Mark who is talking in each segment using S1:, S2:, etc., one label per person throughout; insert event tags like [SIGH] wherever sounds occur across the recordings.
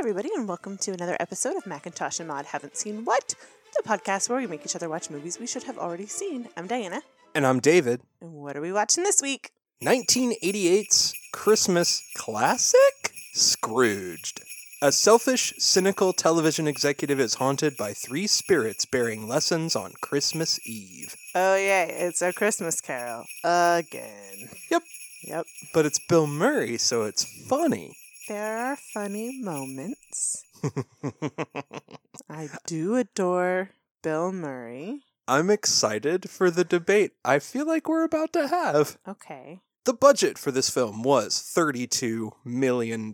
S1: everybody, and welcome to another episode of Macintosh and Mod Haven't Seen What, the podcast where we make each other watch movies we should have already seen. I'm Diana,
S2: And I'm David.
S1: and what are we watching this week?
S2: 1988's Christmas classic? Scrooged. A selfish, cynical television executive is haunted by three spirits bearing lessons on Christmas Eve.
S1: Oh, yay, it's a Christmas carol. Again.
S2: Yep.
S1: Yep.
S2: But it's Bill Murray, so it's funny. [LAUGHS]
S1: There are funny moments. I do adore Bill Murray.
S2: I'm excited for the debate I feel like we're about to have.
S1: Okay.
S2: The budget for this film was $32 million.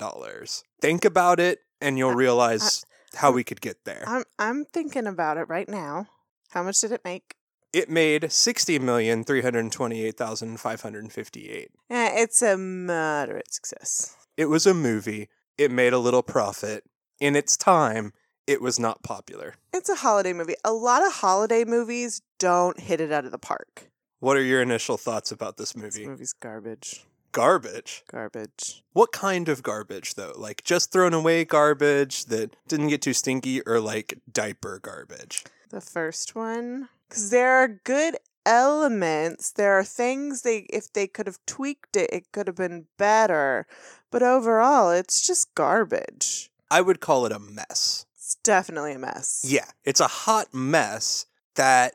S2: Think about it, and you'll realize how we could get there.
S1: I'm, I'm thinking about it right now. How much did it make?
S2: It made sixty million three hundred twenty-eight thousand five hundred fifty-eight.
S1: Eh, it's a moderate success.
S2: It was a movie. It made a little profit. In its time, it was not popular.
S1: It's a holiday movie. A lot of holiday movies don't hit it out of the park.
S2: What are your initial thoughts about this
S1: This
S2: movie?
S1: movie's garbage.
S2: Garbage.
S1: Garbage.
S2: What kind of garbage though? Like just thrown away garbage that didn't get too stinky or like diaper garbage.
S1: The first one, because there are good elements. There are things they, if they could have tweaked it, it could have been better. But overall, it's just garbage.
S2: I would call it a mess.
S1: It's definitely a mess.
S2: Yeah, it's a hot mess that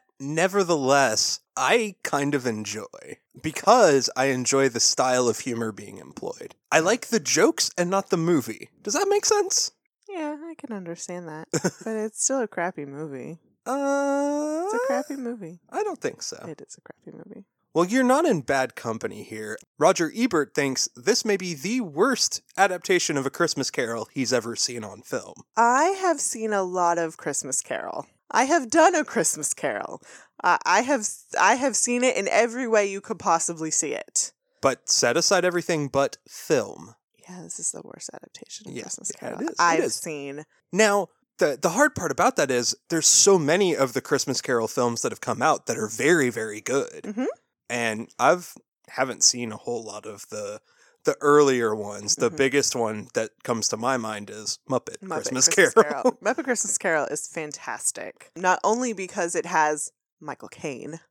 S2: nevertheless I kind of enjoy because I enjoy the style of humor being employed. I like the jokes and not the movie. Does that make sense?
S1: Yeah, I can understand
S2: [LAUGHS]
S1: that. but it's still a crappy movie.
S2: Uh,
S1: It's a crappy movie.
S2: I don't think so.
S1: It is a crappy movie.
S2: Well, you're not in bad company here. Roger Ebert thinks this may be the worst adaptation of A Christmas Carol he's ever seen on film.
S1: I have seen a lot of Christmas Carol. I have done a Christmas Carol. Uh, I have I have seen it in every way you could possibly see it.
S2: But set aside everything but film.
S1: Yeah, this is the worst adaptation of
S2: Yeah,
S1: Christmas
S2: yeah, it
S1: Carol
S2: is, it
S1: I've
S2: is.
S1: seen.
S2: Now, the the hard part about that is there's so many of the Christmas Carol films that have come out that are very very good,
S1: Mhm.
S2: and I've haven't seen a whole lot of the the earlier ones. The
S1: Mhm.
S2: biggest one that comes to my mind is Muppet,
S1: Muppet
S2: Christmas, [LAUGHS] Carol.
S1: Muppet Christmas Carol is fantastic. Not only because it has Michael Caine,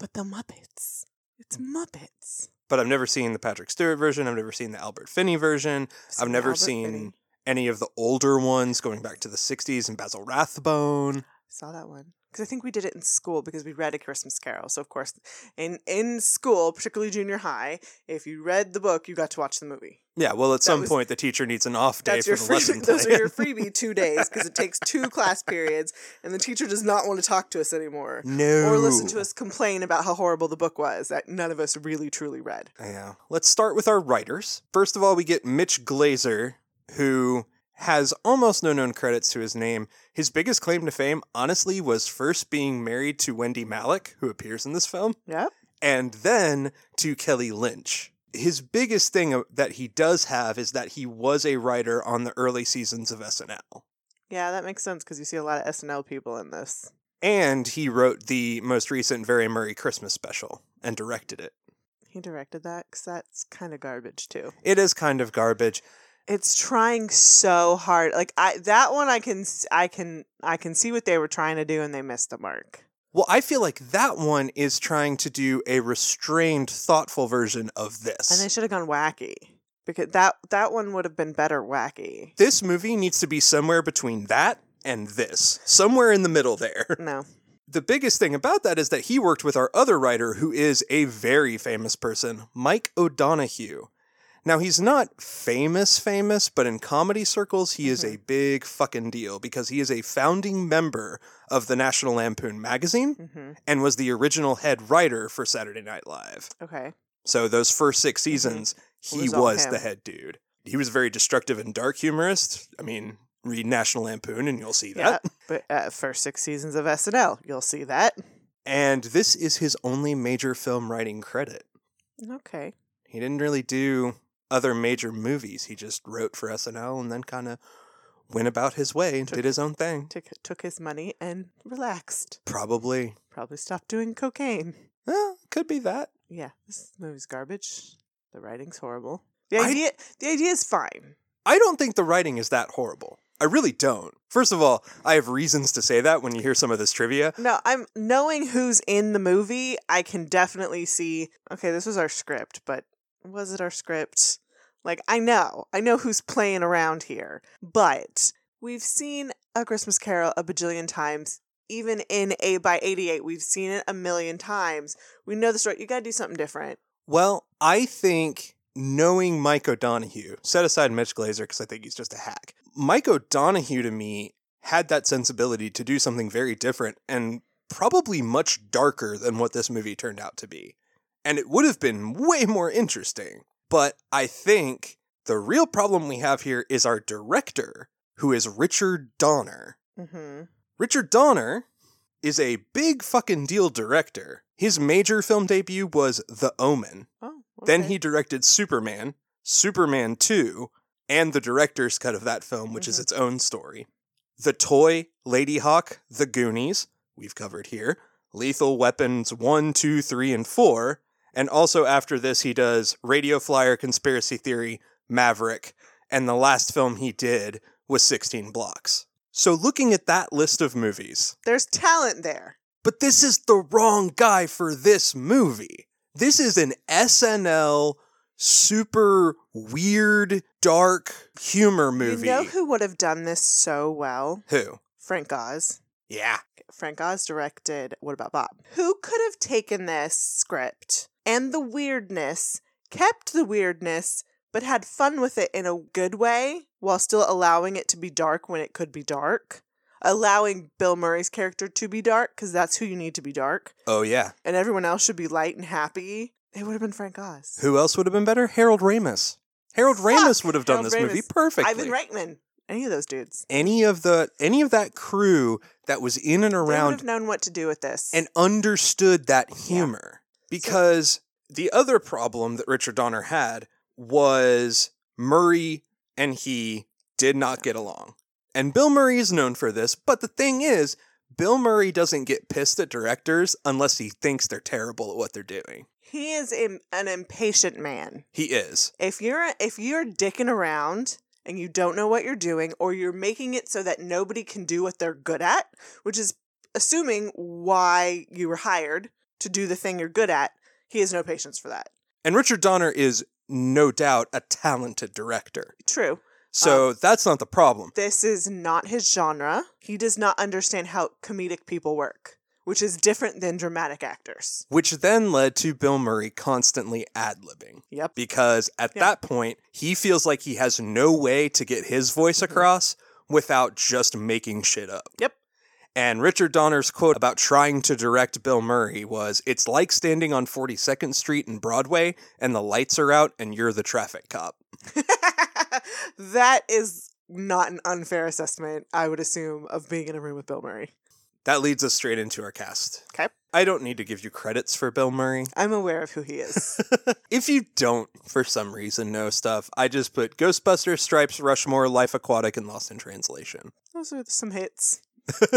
S1: but the Muppets. It's Muppets.
S2: but I've never seen the Patrick Stewart version. I've never seen the Albert Finney version. I've
S1: seen
S2: never
S1: Albert
S2: seen-
S1: Finney.
S2: Any of the older ones going back to the '60s and Basil Rathbone.
S1: saw that one because I think we did it in school because we read a Christmas Carol. So of course, in in school, particularly junior high, if you read the book, you got to watch the movie.
S2: Yeah, well, at
S1: That
S2: some
S1: was-
S2: point the teacher needs an off day
S1: That's
S2: for
S1: your
S2: the
S1: free,
S2: lesson plan.
S1: [LAUGHS] those are your
S2: [LAUGHS]
S1: freebie two days because it takes two class periods, and the teacher does not want to talk to us anymore
S2: no,
S1: or listen to us complain about how horrible the book was that none of us really truly read.
S2: Yeah. Let's start with our writers. First of all, we get Mitch Glazer, who has almost no known credits to his name. His biggest claim to fame, honestly, was first being married to Wendy Malick, who appears in this film,
S1: Yep.
S2: and then to Kelly Lynch. His biggest thing uh, that he does have is that he was a writer on the early seasons of SNL.
S1: Yeah, that makes sense because you see a lot of SNL people in this.
S2: And he wrote the most recent Very Murray Christmas special and directed it.
S1: He directed that because that's kind of garbage too.
S2: It is kind of garbage.
S1: it's trying so hard like i that one i can s- i can i can see what they were trying to do and they missed the mark
S2: Well, I feel like that one is trying to do a restrained, thoughtful version of this.
S1: and they should have gone wacky because that that one would have been better wacky
S2: this movie needs to be somewhere between that and this, somewhere in the middle there. [LAUGHS]
S1: no
S2: the biggest thing about that is that he worked with our other writer, who is a very famous person, Mike O'Donohue. Now, he's not famous, famous, but in comedy circles, he is
S1: Mhm.
S2: a big fucking deal because he is a founding member of the National Lampoon magazine
S1: hmm
S2: and was the original head writer for Saturday Night Live.
S1: okay
S2: So those first six seasons,
S1: Mm-hmm. It
S2: he
S1: was
S2: was,
S1: all him.
S2: the head dude. He was very destructive and dark humorist. I mean, read National Lampoon and you'll see
S1: yeah
S2: that.
S1: but uh, first six seasons of snl you'll see that
S2: And this is his only major film writing credit.
S1: okay
S2: He didn't really do other major movies. He just wrote for SNL and then kind of went about his way and
S1: Took-
S2: did his own thing.
S1: took took his money and relaxed
S2: Probably.
S1: probably stopped doing cocaine
S2: Eh, could be that.
S1: yeah this movie's garbage the writing's horrible the
S2: I-
S1: idea the idea is fine
S2: I don't think the writing is that horrible. I really don't. First of all, I have reasons to say that when you hear some of this trivia.
S1: No, I'm knowing who's in the movie, I can definitely see okay, this was our script, but was it our script? Like I know. I know who's playing around here. But we've seen a Christmas carol a bajillion times. Even in A by 88, we've seen it a million times. We know the story. You gotta do something different.
S2: Well, I think knowing Mike O'Donohue, set aside Mitch Glazer because I think he's just a hack. Mike O'Donohue to me had that sensibility to do something very different and probably much darker than what this movie turned out to be. And it would have been way more interesting. But I think the real problem we have here is our director, who is Richard Donner.
S1: Mm-hmm.
S2: Richard Donner is a big fucking deal director. His major film debut was The Omen.
S1: Oh,
S2: Then
S1: okay.
S2: he directed Superman, Superman 2, and the director's cut of that film, which is
S1: Mhm.
S2: its own story. The Toy, Lady Hawk, The Goonies, we've covered here, Lethal Weapons 1, 2, 3, and 4. And also after this, he does Radio Flyer, Conspiracy Theory, Maverick. And the last film he did was 16 Blocks. So looking at that list of movies,
S1: There's talent there.
S2: but this is the wrong guy for this movie. This is an SNL super weird, dark humor movie.
S1: You know who would have done this so well?
S2: Who?
S1: Frank Oz.
S2: Yeah.
S1: Frank Oz directed What About Bob? Who could have taken this script and the weirdness, kept the weirdness, but had fun with it in a good way while still allowing it to be dark when it could be dark? Allowing Bill Murray's character to be dark, because that's who you need to be dark,
S2: Oh, yeah.
S1: and everyone else should be light and happy. It would have been Frank Oz.
S2: Who else would have been better? Harold Ramis. Harold
S1: Fuck!
S2: Ramis would have done
S1: Harold
S2: this movie
S1: Ramis.
S2: perfectly.
S1: Ivan Reitman. Any of those dudes.
S2: any of the any of that crew that was in and
S1: They would
S2: around
S1: have known what to do with this.
S2: and understood that humor because the other problem that Richard Donner had was Murray and he did not get along. And Bill Murray is known for this, but the thing is, Bill Murray doesn't get pissed at directors unless he thinks they're terrible at what they're doing.
S1: He is im- an impatient man.
S2: He is.
S1: If you're if you're dicking around and you don't know what you're doing, or you're making it so that nobody can do what they're good at, which is assuming why you were hired to do the thing you're good at, he has no patience for that.
S2: And Richard Donner is no doubt a talented director.
S1: True.
S2: So that's not the problem.
S1: This is not his genre. He does not understand how comedic people work, which is different than dramatic actors.
S2: Which then led to Bill Murray constantly ad libbing.
S1: Yep. [LAUGHS]
S2: because at
S1: Yeah.
S2: that point he feels like he has no way to get his voice across without just making shit up.
S1: Mm-hmm. Yep.
S2: And Richard Donner's quote about trying to direct Bill Murray was it's like standing on 42nd Street and Broadway and the lights are out and you're the traffic cop.
S1: that is not an unfair assessment, I would assume, of being in a room with Bill Murray.
S2: That leads us straight into our cast.
S1: 'Kay.
S2: I don't need to give you credits for Bill Murray.
S1: I'm aware of who he is.
S2: If you don't, for some reason, know stuff, I just put Ghostbusters, Stripes, Rushmore, Life Aquatic, and Lost in Translation.
S1: Those are some
S2: [LAUGHS]
S1: hits.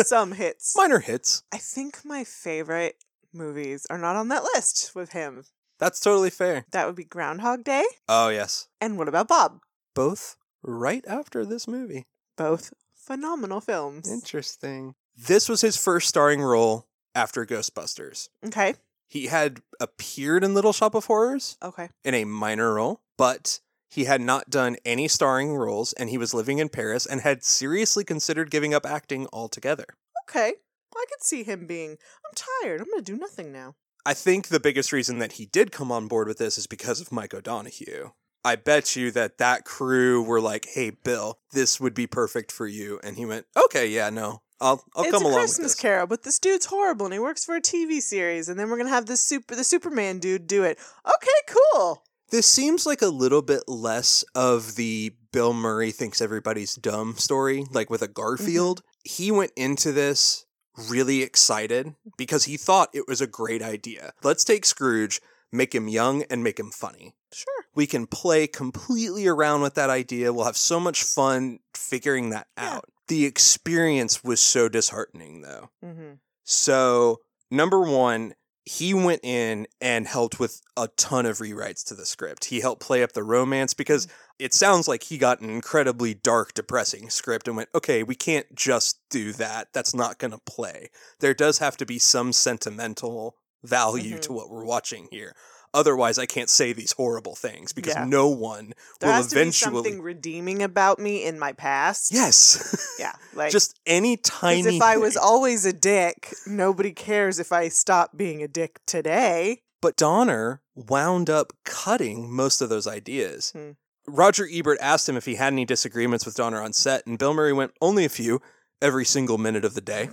S1: Some hits.
S2: Minor hits.
S1: I think my favorite movies are not on that list with him.
S2: That's totally fair.
S1: That would be Groundhog Day
S2: Oh, yes.
S1: and What About Bob?
S2: Both right after this movie.
S1: Both phenomenal films.
S2: Interesting. This was his first starring role after Ghostbusters.
S1: Okay.
S2: He had appeared in Little Shop of Horrors
S1: Okay.
S2: in a minor role, but he had not done any starring roles and he was living in Paris and had seriously considered giving up acting altogether.
S1: Okay. I could see him being, I'm tired. I'm going to do nothing now.
S2: I think the biggest reason that he did come on board with this is because of Mike O'Donohue. I bet you that that crew were like, "Hey, Bill, this would be perfect for you," and he went, "Okay, yeah, no, I'll I'll
S1: it's
S2: come
S1: a
S2: along
S1: Christmas
S2: with this."
S1: Carol, but this dude's horrible and he works for a TV series, and then we're going to have this super, the Superman dude do it. Okay, cool.
S2: This seems like a little bit less of the Bill Murray thinks everybody's dumb story, like with a
S1: Mm-hmm.
S2: Garfield. He went into this really excited because he thought it was a great idea. Let's take Scrooge, make him young, and make him funny.
S1: Sure.
S2: we can play completely around with that idea. We'll have so much fun figuring that
S1: Yeah.
S2: out. The experience was so disheartening, though.
S1: Mm-hmm.
S2: So, number one, he went in and helped with a ton of rewrites to the script. He helped play up the romance
S1: Mm.
S2: because it sounds like he got an incredibly dark, depressing script and went, okay, we can't just do that. That's not going to play. There does have to be some sentimental value
S1: Mhm.
S2: to what we're watching here. Otherwise, I can't say these horrible things because
S1: Yeah.
S2: no one
S1: There
S2: will
S1: has to
S2: eventually.
S1: be something redeeming about me in my past.
S2: Yes. [LAUGHS]
S1: Yeah. Like
S2: just any
S1: 'cause
S2: tiny.
S1: if I was
S2: thing.
S1: always a dick, nobody cares if I stop being a dick today.
S2: But Donner wound up cutting most of those ideas.
S1: Hmm.
S2: Roger Ebert asked him if he had any disagreements with Donner on set, and Bill Murray went, Only a few, every single minute of the day.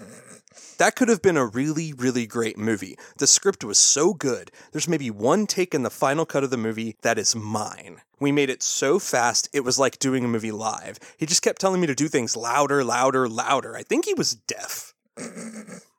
S2: That could have been a really, really great movie. The script was so good. There's maybe one take in the final cut of the movie that is mine. We made it so fast, it was like doing a movie live. He just kept telling me to do things louder, louder, louder. I think he was deaf.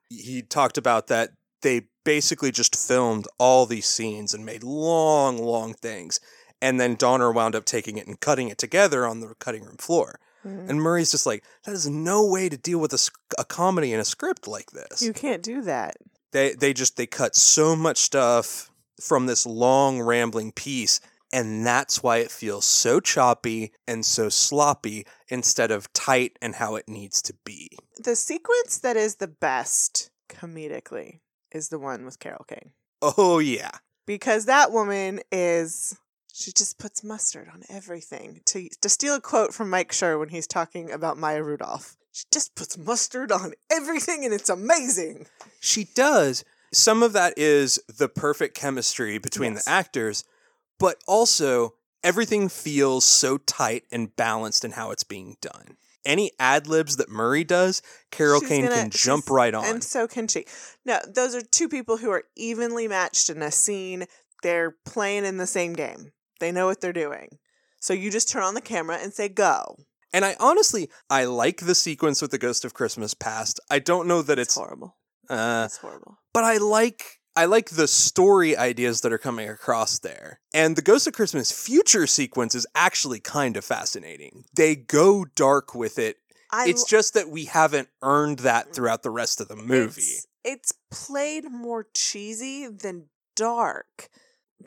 S2: he talked about that they basically just filmed all these scenes and made long, long things. And then Donner wound up taking it and cutting it together on the cutting room floor. And Murray's just like, that is no way to deal with a, sc- a comedy and a script like this.
S1: You can't do that.
S2: they they just they cut so much stuff from this long rambling piece, and that's why it feels so choppy and so sloppy instead of tight and how it needs to be.
S1: The sequence that is the best comedically is the one with Carol King.
S2: Oh yeah,
S1: because that woman is she just puts mustard on everything. To to steal a quote from Mike Schur when he's talking about Maya Rudolph, she just puts mustard on everything and it's amazing.
S2: she does. Some of that is the perfect chemistry between
S1: Yes.
S2: the actors, but also everything feels so tight and balanced in how it's being done. Any ad libs that Murray does, Carol
S1: She's
S2: Kane
S1: gonna-
S2: can jump
S1: she's-
S2: right on.
S1: And so can she. No, those are two people who are evenly matched in a scene. They're playing in the same game. They know what they're doing. So you just turn on the camera and say go.
S2: And I honestly, I like the sequence with the Ghost of Christmas Past. I don't know that
S1: It's
S2: it's,
S1: horrible.
S2: uh,
S1: It's horrible.
S2: but I like I like the story ideas that are coming across there. And the Ghost of Christmas Future sequence is actually kind of fascinating. They go dark with it.
S1: I Mm.
S2: it's just that we haven't earned that throughout the rest of the movie.
S1: It's, it's played more cheesy than dark.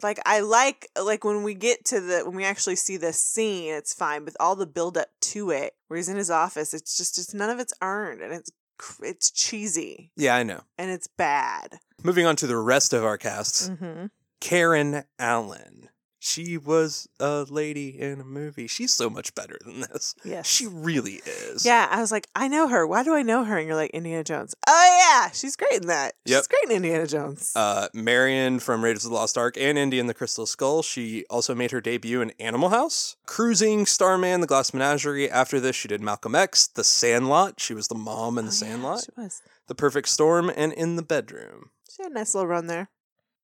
S1: Like I like like when we get to the when we actually see this scene, it's fine, but all the build up to it, where he's in his office, it's just it's none of it's earned, and it's cr- it's cheesy
S2: Yeah, I know.
S1: and it's bad.
S2: Moving on to the rest of our cast.
S1: Mm-hmm.
S2: Karen Allen. She was a lady in a movie. She's so much better than this.
S1: Yes.
S2: She really is.
S1: yeah, I was like, I know her. Why do I know her? And you're like, Indiana Jones. Oh yeah, she's great in that. She's
S2: Yep.
S1: great in Indiana Jones.
S2: uh, Marion from Raiders of the Lost Ark and Indy and the Crystal Skull. She also made her debut in Animal House, Cruising, Starman, The Glass Menagerie. After this, she did Malcolm X, The Sandlot. She was the mom in
S1: Oh,
S2: The
S1: yeah,
S2: Sandlot,
S1: she was.
S2: The Perfect Storm, and In the Bedroom.
S1: She had a nice little run there.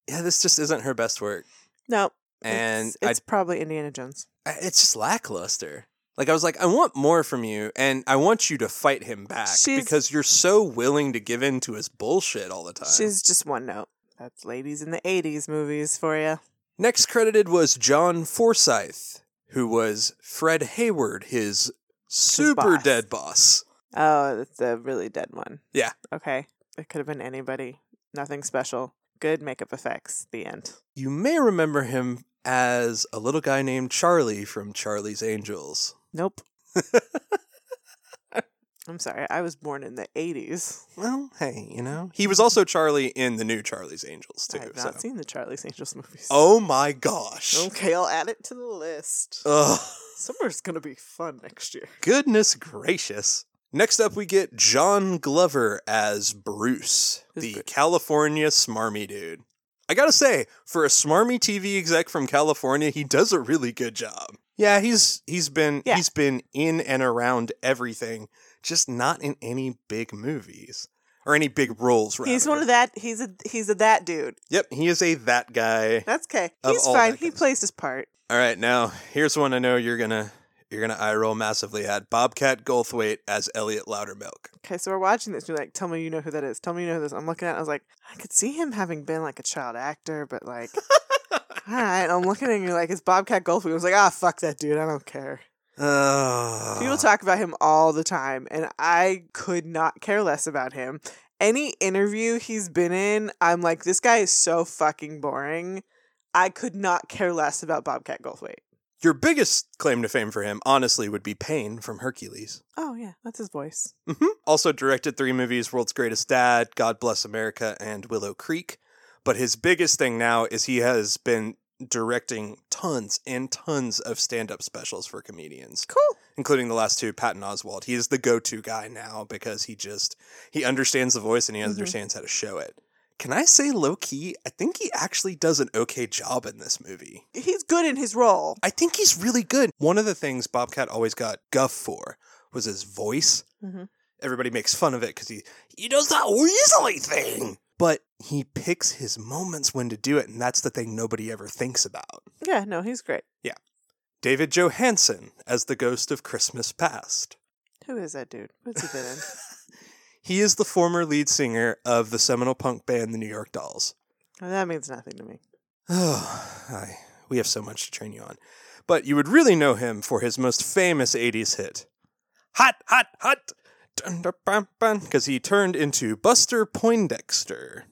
S2: Yeah, this just isn't her best work,
S1: No,
S2: and
S1: it's, it's probably Indiana Jones.
S2: I, it's just lackluster. Like I was like, I want more from you, and I want you to fight him back
S1: She's-
S2: because you're so willing to give in to his bullshit all the time.
S1: She's just one note. That's ladies in the 80s movies for you.
S2: Next credited was John Forsyth, who was Fred Hayward, his super
S1: boss.
S2: dead boss.
S1: Oh, that's a really dead one.
S2: Yeah.
S1: Okay. It could have been anybody. Nothing special. Good makeup effects. The end.
S2: You may remember him as a little guy named Charlie from Charlie's Angels. [LAUGHS]
S1: Nope. I'm sorry. I was born in the 80s.
S2: Well, hey, you know. He was also Charlie in the new Charlie's Angels, too.
S1: I've
S2: so.
S1: not seen the Charlie's Angels movies.
S2: oh my gosh.
S1: [LAUGHS] Okay, I'll add it to the list.
S2: Ugh.
S1: Summer's going to be fun next
S2: [LAUGHS]
S1: year.
S2: Goodness gracious. Next up, we get John Glover as Bruce,
S1: Who's
S2: the
S1: Bruce?
S2: California smarmy dude. I gotta say, for a smarmy TV exec from California, he does a really good job. Yeah, he's he's been
S1: Yeah.
S2: he's been in and around everything, just not in any big movies or any big roles. Rather.
S1: He's one of that. He's a he's a that dude.
S2: Yep, he is a that guy.
S1: That's okay.
S2: Of
S1: He's
S2: all
S1: fine.
S2: that
S1: He
S2: guys.
S1: plays his part.
S2: All right, now here's one I know you're gonna you're gonna eye roll massively at Bobcat Goldthwait as Elliot Loudermilk.
S1: Okay, so we're watching this. And you're like, tell me you know who that is. Tell me you know who this. I'm looking at. It, I was like, I could see him having been like a child actor, but
S2: [LAUGHS]
S1: like, all right. I'm looking at you like, it's Bobcat Goldthwait. I was like, ah, fuck that dude. I don't care.
S2: Uh,
S1: Ah. Uh-huh. People talk about him all the time, and I could not care less about him. any interview he's been in, I'm like, this guy is so fucking boring. I could not care less about Bobcat Goldthwait.
S2: Your biggest claim to fame for him, honestly, would be Pain from Hercules.
S1: Oh yeah, that's his voice.
S2: hmm Also directed three movies World's Greatest Dad, God Bless America, and Willow Creek. But his biggest thing now is he has been directing tons and tons of stand up specials for comedians,
S1: Cool.
S2: including the last two, Patton Oswald. He is the go to guy now because he just he understands the voice and he
S1: Mhm.
S2: understands how to show it. Can I say low key? I think he actually does an okay job in this movie.
S1: He's good in his role.
S2: I think he's really good. One of the things Bobcat always got guff for was his voice.
S1: Mhm.
S2: Everybody makes fun of it because he he does that weaselly thing, but he picks his moments when to do it, and that's the thing nobody ever thinks about.
S1: Yeah, no, he's great.
S2: David Johansen as the ghost of Christmas Past.
S1: Who is that dude? What's he been [LAUGHS] in?
S2: He is the former lead singer of the seminal punk band the New York Dolls.
S1: Oh, that means nothing to me.
S2: [SIGHS] Oh, I, we have so much to train you on. But you would really know him for his most famous 80s hit, Hot, Hot, Hot, because he turned into Buster Poindexter.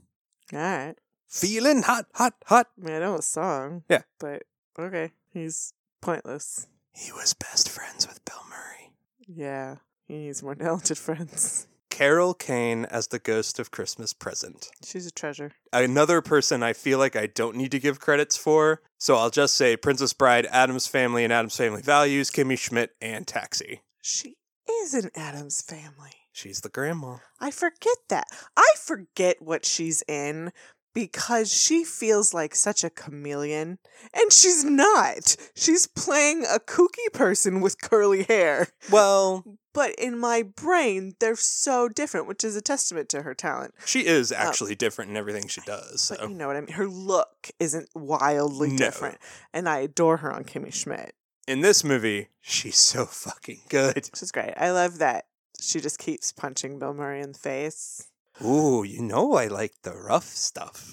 S1: All right.
S2: Feeling hot, hot, hot.
S1: I mean, I know a song.
S2: Yeah.
S1: But okay, he's pointless.
S2: He was best friends with Bill Murray.
S1: Yeah, he needs more [LAUGHS] talented friends.
S2: Carol Kane as the ghost of Christmas present.
S1: She's a treasure.
S2: Another person I feel like I don't need to give credits for, so I'll just say Princess Bride, Adam's Family, and Adam's Family Values, Kimmy Schmidt, and Taxi.
S1: She is an Adams family.
S2: She's the grandma.
S1: I forget that. I forget what she's in because she feels like such a chameleon. And she's not. She's playing a kooky person with curly hair.
S2: Well,
S1: But in my brain, they're so different, which is a testament to her talent.
S2: She is actually different in everything she does. So.
S1: Oh. But you know what I mean? Her look isn't wildly
S2: No.
S1: different. And I adore her on Kimmy Schmidt.
S2: in this movie, she's so fucking good.
S1: She's great. I love that she just keeps punching Bill Murray in the face.
S2: Ooh, you know I like the rough stuff.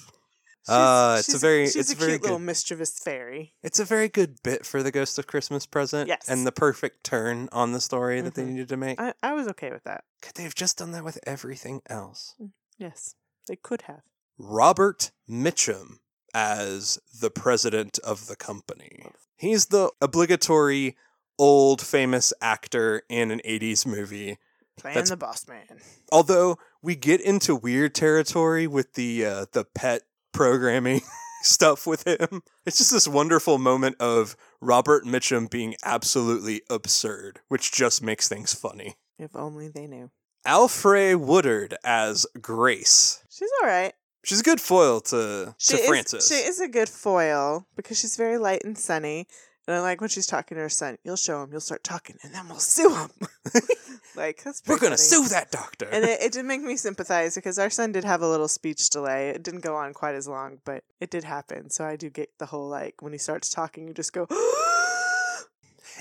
S1: She's,
S2: Ah, it's a
S1: she's
S2: very-
S1: she's
S2: it's
S1: a
S2: very
S1: cute little
S2: good.
S1: mischievous fairy.
S2: It's a very good bit for the Ghost of Christmas Present.
S1: Yes.
S2: And the perfect turn on the story that they
S1: Mhm.
S2: needed to make.
S1: I, I was okay with that.
S2: Could they have just done that with everything else?
S1: Yes, they could have.
S2: Robert Mitchum as the president of the company. He's the obligatory old famous actor in an 80s movie
S1: Playing
S2: That's-
S1: the boss man.
S2: although we get into weird territory with the uh, the pet programming [LAUGHS] stuff with him it's just this wonderful moment of robert mitchum being absolutely absurd which just makes things funny
S1: If only they knew.
S2: alfre woodard as grace
S1: She's all right.
S2: she's a good foil to,
S1: She
S2: to
S1: is,
S2: francis
S1: She is a good foil because she's very light and sunny. And I like when she's talking to her son. You'll show him. You'll start talking, and then we'll [LAUGHS] sue
S2: [LAUGHS]
S1: him. like that's
S2: we're
S1: pretty
S2: gonna
S1: funny.
S2: sue that doctor
S1: And
S2: [LAUGHS]
S1: it, it did make me sympathize because our son did have a little speech delay. It didn't go on quite as long, but it did happen. So I do get the whole like when he starts talking, you just go. [GASPS] "Oh,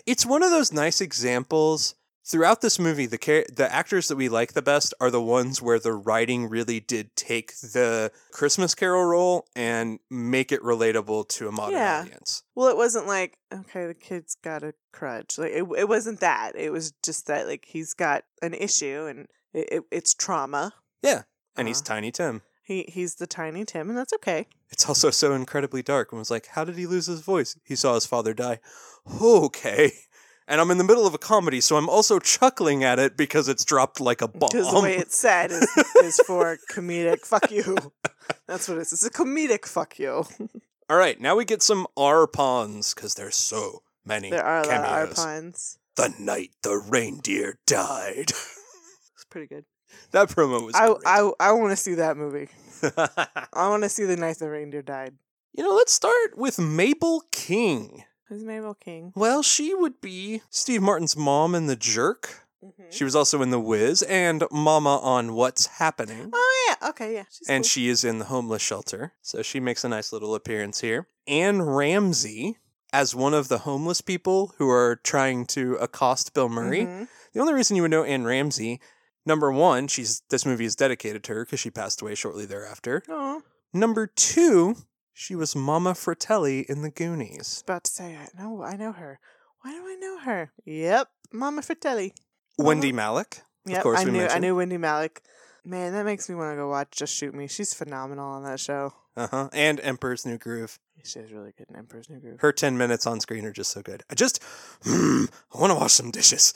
S2: it's one of those nice examples throughout this movie the char- the actors that we like the best are the ones where the writing really did take the christmas carol role and make it relatable to a modern
S1: Yeah.
S2: audience
S1: Well, it wasn't like okay, the kid's got a crutch. Like it, it wasn't that. It was just that like he's got an issue and it, it, it's trauma.
S2: and he's
S1: Uh-huh.
S2: tiny tim
S1: He he's the tiny Tim, and that's okay.
S2: it's also so incredibly dark and was like how did he lose his voice he saw his father die okay and i'm in the middle of a comedy so i'm also chuckling at it because it's dropped like a bomb
S1: Because the way it's said is, is for comedic fuck you. That's what it is. It's a comedic fuck you.
S2: [LAUGHS] all right now we get some r pawns because there's so many
S1: There are a lot of R
S2: cameos.
S1: puns.
S2: the night the reindeer died. [LAUGHS]
S1: It's pretty good.
S2: that promo was
S1: I,
S2: great.
S1: I I want to see that movie. I want to see the night the reindeer died.
S2: [LAUGHS] you know, let's start with Mabel King.
S1: Who's Mabel King?
S2: Well, she would be Steve Martin's mom in The Jerk.
S1: Mm-hmm.
S2: She was also in The Wiz and Mama on What's Happening.
S1: Oh yeah. Okay. Yeah. She's
S2: And
S1: cool.
S2: she is in the homeless shelter. So she makes a nice little appearance here. Anne Ramsey as one of the homeless people who are trying to accost Bill Murray.
S1: Mhm.
S2: The only reason you would know Anne Ramsey, number one, she's this movie is dedicated to her because she passed away shortly thereafter.
S1: Aw.
S2: Number two, she was Mama Fratelli in the Goonies.
S1: about to say, I know, I know her. Why do I know her? Yep, Mama Fratelli.
S2: Wendy Malick.
S1: Yep,
S2: course
S1: I
S2: we
S1: knew, I
S2: mentioned.
S1: knew Wendy Malik. Man, that makes me want to go watch Just Shoot Me. She's phenomenal on that show.
S2: Uh huh. And Emperor's New Groove.
S1: She is really good in Emperor's New [LAUGHS] Groove.
S2: Her 10 minutes on screen are just so good. I just, hmm, I want to wash some dishes.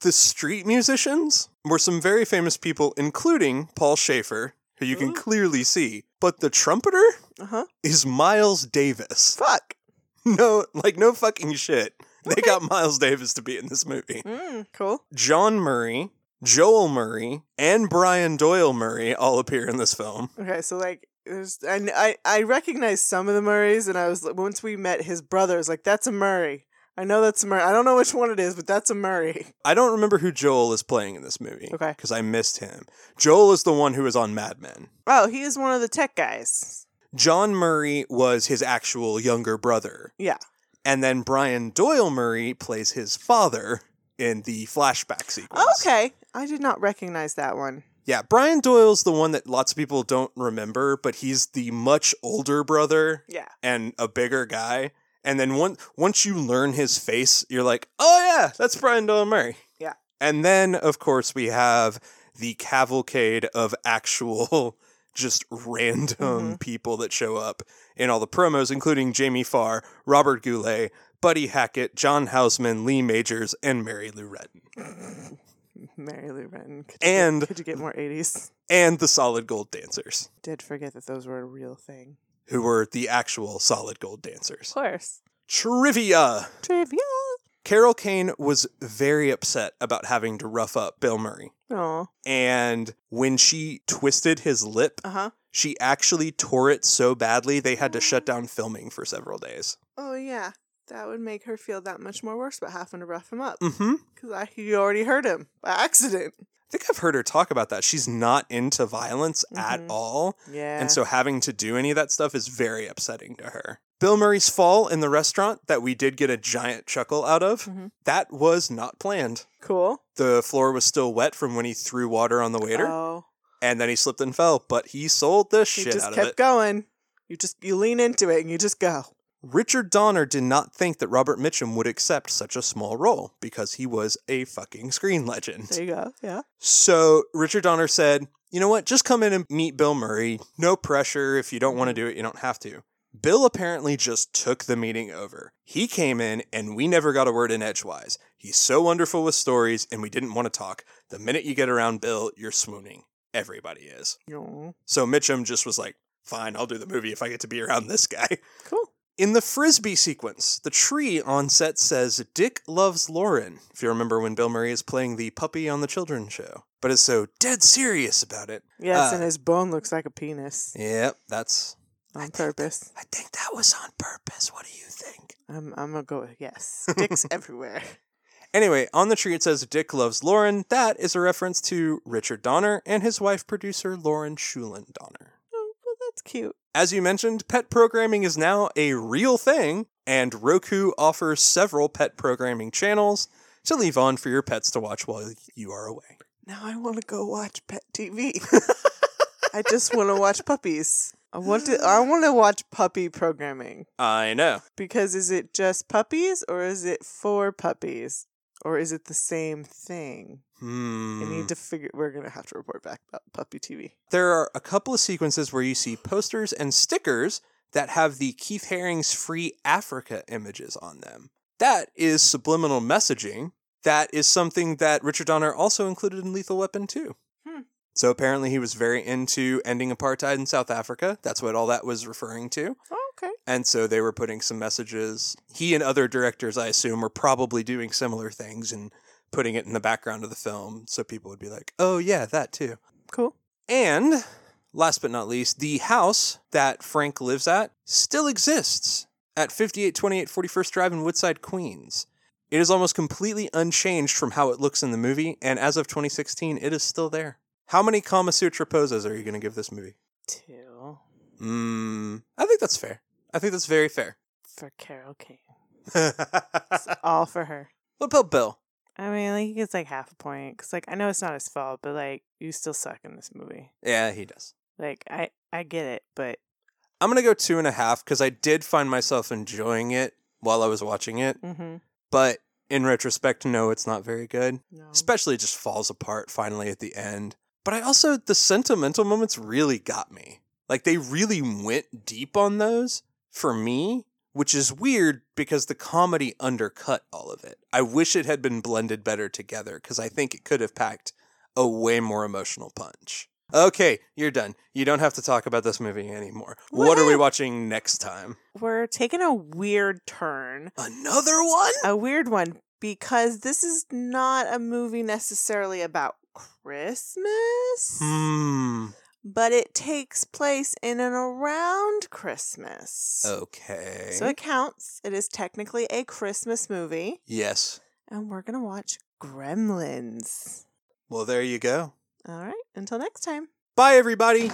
S2: the street musicians were some very famous people, including Paul Schaefer, who you can
S1: Ooh.
S2: clearly see. But the trumpeter
S1: Uh huh.
S2: is Miles Davis. [LAUGHS]
S1: Fuck.
S2: No, like, no fucking shit. They got Miles Davis to be in this movie.
S1: Mm, cool.
S2: John Murray, Joel Murray, and Brian Doyle Murray all appear in this film.
S1: Okay, so like, there's I kn- I I recognize some of the Murrays, and I was like, once we met his brother, I was like, that's a Murray. I know that's a Murray. I don't know which one it is, but that's a Murray.
S2: I don't remember who Joel is playing in this movie.
S1: Okay.
S2: Because I missed him. Joel is the one who was on Mad Men.
S1: Oh, he is one of the tech guys.
S2: John Murray was his actual younger brother.
S1: Yeah.
S2: And then Brian Doyle Murray plays his father in the flashback sequence.
S1: Oh, Okay, I did not recognize that one.
S2: Yeah, Brian Doyle's the one that lots of people don't remember, but he's the much older brother
S1: Yeah.
S2: and a bigger guy. And then one, once you learn his face, you're like, oh yeah, that's Brian Doyle Murray.
S1: Yeah.
S2: And then, of course, we have the cavalcade of actual, [LAUGHS] just random people that show up in all the promos, including Jamie Farr, Robert Goulet, Buddy Hackett, John Houseman, Lee Majors, and Mary Lou Retton.
S1: [LAUGHS] Mary Lou Retton. Could you get-
S2: And-
S1: could you get more eighties?
S2: And the Solid Gold Dancers,
S1: Did forget that those were a real thing.
S2: who were the actual Solid Gold Dancers.
S1: course.
S2: Trivia!
S1: Trivia.
S2: Carol Kane was very upset about having to rough up Bill Murray.
S1: Oh.
S2: And when she twisted his lip,
S1: Uh huh.
S2: she actually tore it so badly they had to shut down filming for several days.
S1: Oh yeah, that would make her feel that much more worse about having to rough him up
S2: Mm-hmm.
S1: because I you already hurt him by accident.
S2: I think I've heard her talk about that. She's not into violence at
S1: Mhm.
S2: all.
S1: Yeah.
S2: And so having to do any of that stuff is very upsetting to her. Bill Murray's fall in the restaurant that we did get a giant chuckle out of,
S1: Mhm.
S2: that was not planned.
S1: cool.
S2: The floor was still wet from when he threw water on the waiter,
S1: Oh,
S2: and then he slipped and fell, but he sold the
S1: you
S2: shit
S1: just
S2: out of
S1: kept
S2: it.
S1: going. You just you lean into it and you just
S2: [LAUGHS]
S1: go.
S2: Richard Donner did not think that Robert Mitchum would accept such a small role because he was a fucking screen legend.
S1: There you go. Yeah.
S2: So Richard Donner said, You know what? Just come in and meet Bill Murray. No pressure. If you don't
S1: Mm-hmm.
S2: want to do it, you don't have to. Bill apparently just took the meeting over. He came in and we never got a word in edgewise. He's so wonderful with stories and we didn't want to talk. The minute you get around Bill, you're swooning. Everybody is.
S1: Aw,
S2: So Mitchum just was like, Fine, I'll do the movie if I get to be around this guy.
S1: Cool.
S2: In the frisbee sequence, the tree on set says Dick loves Lauren, if you remember when Bill Murray is playing the puppy on the children's show, but is so dead serious about it.
S1: Yes,
S2: Uh,
S1: and his bone looks like a penis
S2: Yep, that's
S1: on purpose.
S2: I think that was on purpose. What do you think?
S1: I'm I'm gonna go. with
S2: [LAUGHS]
S1: Yes, dicks everywhere. [LAUGHS]
S2: Anyway, on the tree it says Dick loves Lauren. That is a reference to Richard Donner and his wife producer Lauren Shulin Donner.
S1: Oh, well, that's cute.
S2: As you mentioned, pet programming is now a real thing, and Roku offers several pet programming channels to leave on for your pets to watch while you are away.
S1: Now I want to go watch pet TV. [LAUGHS] I just want to watch puppies. I want to. I want to watch puppy programming
S2: I know.
S1: because is it just puppies or is it for puppies or is it the same thing?
S2: Hmm.
S1: I need to figure. We're gonna have to report back about puppy TV.
S2: there are a couple of sequences where you see posters and stickers that have the Keith Haring's Free Africa images on them. That is subliminal messaging. That is something that Richard Donner also included in Lethal Weapon 2.
S1: Hmm.
S2: So apparently he was very into ending apartheid in South Africa. That's what all that was referring to.
S1: Oh, okay.
S2: And so they were putting some messages. He and other directors, I assume, were probably doing similar things and putting it in the background of the film so people would be like, oh, yeah, that too.
S1: Cool.
S2: And last but not least, the house that Frank lives at still exists at 5828 41st Drive in Woodside, Queens. It is almost completely unchanged from how it looks in the movie, and as of 2016, it is still there. How many Kama Sutra poses are you going to give this movie?
S1: Two
S2: Mm, I think that's fair. I think that's very fair. [LAUGHS]
S1: for Carol [LAUGHS] Kane.
S2: what
S1: All for her.
S2: about Bill?
S1: I mean, like he gets like half a point because, like, I know it's not his fault, but like, you still suck in this movie.
S2: Yeah, he does.
S1: Like, I I get it, but
S2: I'm going to go two and a half because I did find myself enjoying it while I was watching it.
S1: mm-hmm.
S2: but in retrospect, no, it's not very good.
S1: No.
S2: Especially it just falls apart finally at the end. But I also, the sentimental moments really got me. Like they really went deep on those for me, which is weird because the comedy undercut all of it. I wish it had been blended better together because I think it could have packed a way more emotional punch. Okay, you're done. You don't have to talk about this movie anymore. what are we
S1: What?
S2: watching next time?
S1: We're taking a weird turn.
S2: Another one?
S1: a weird one because this is not a movie necessarily about Christmas,
S2: Hmm.
S1: but it takes place in and around Christmas.
S2: Okay.
S1: So it counts. It is technically a Christmas movie,
S2: yes.
S1: and we're going to watch Gremlins.
S2: Well, there you go.
S1: All right, until next time.
S2: Bye, everybody.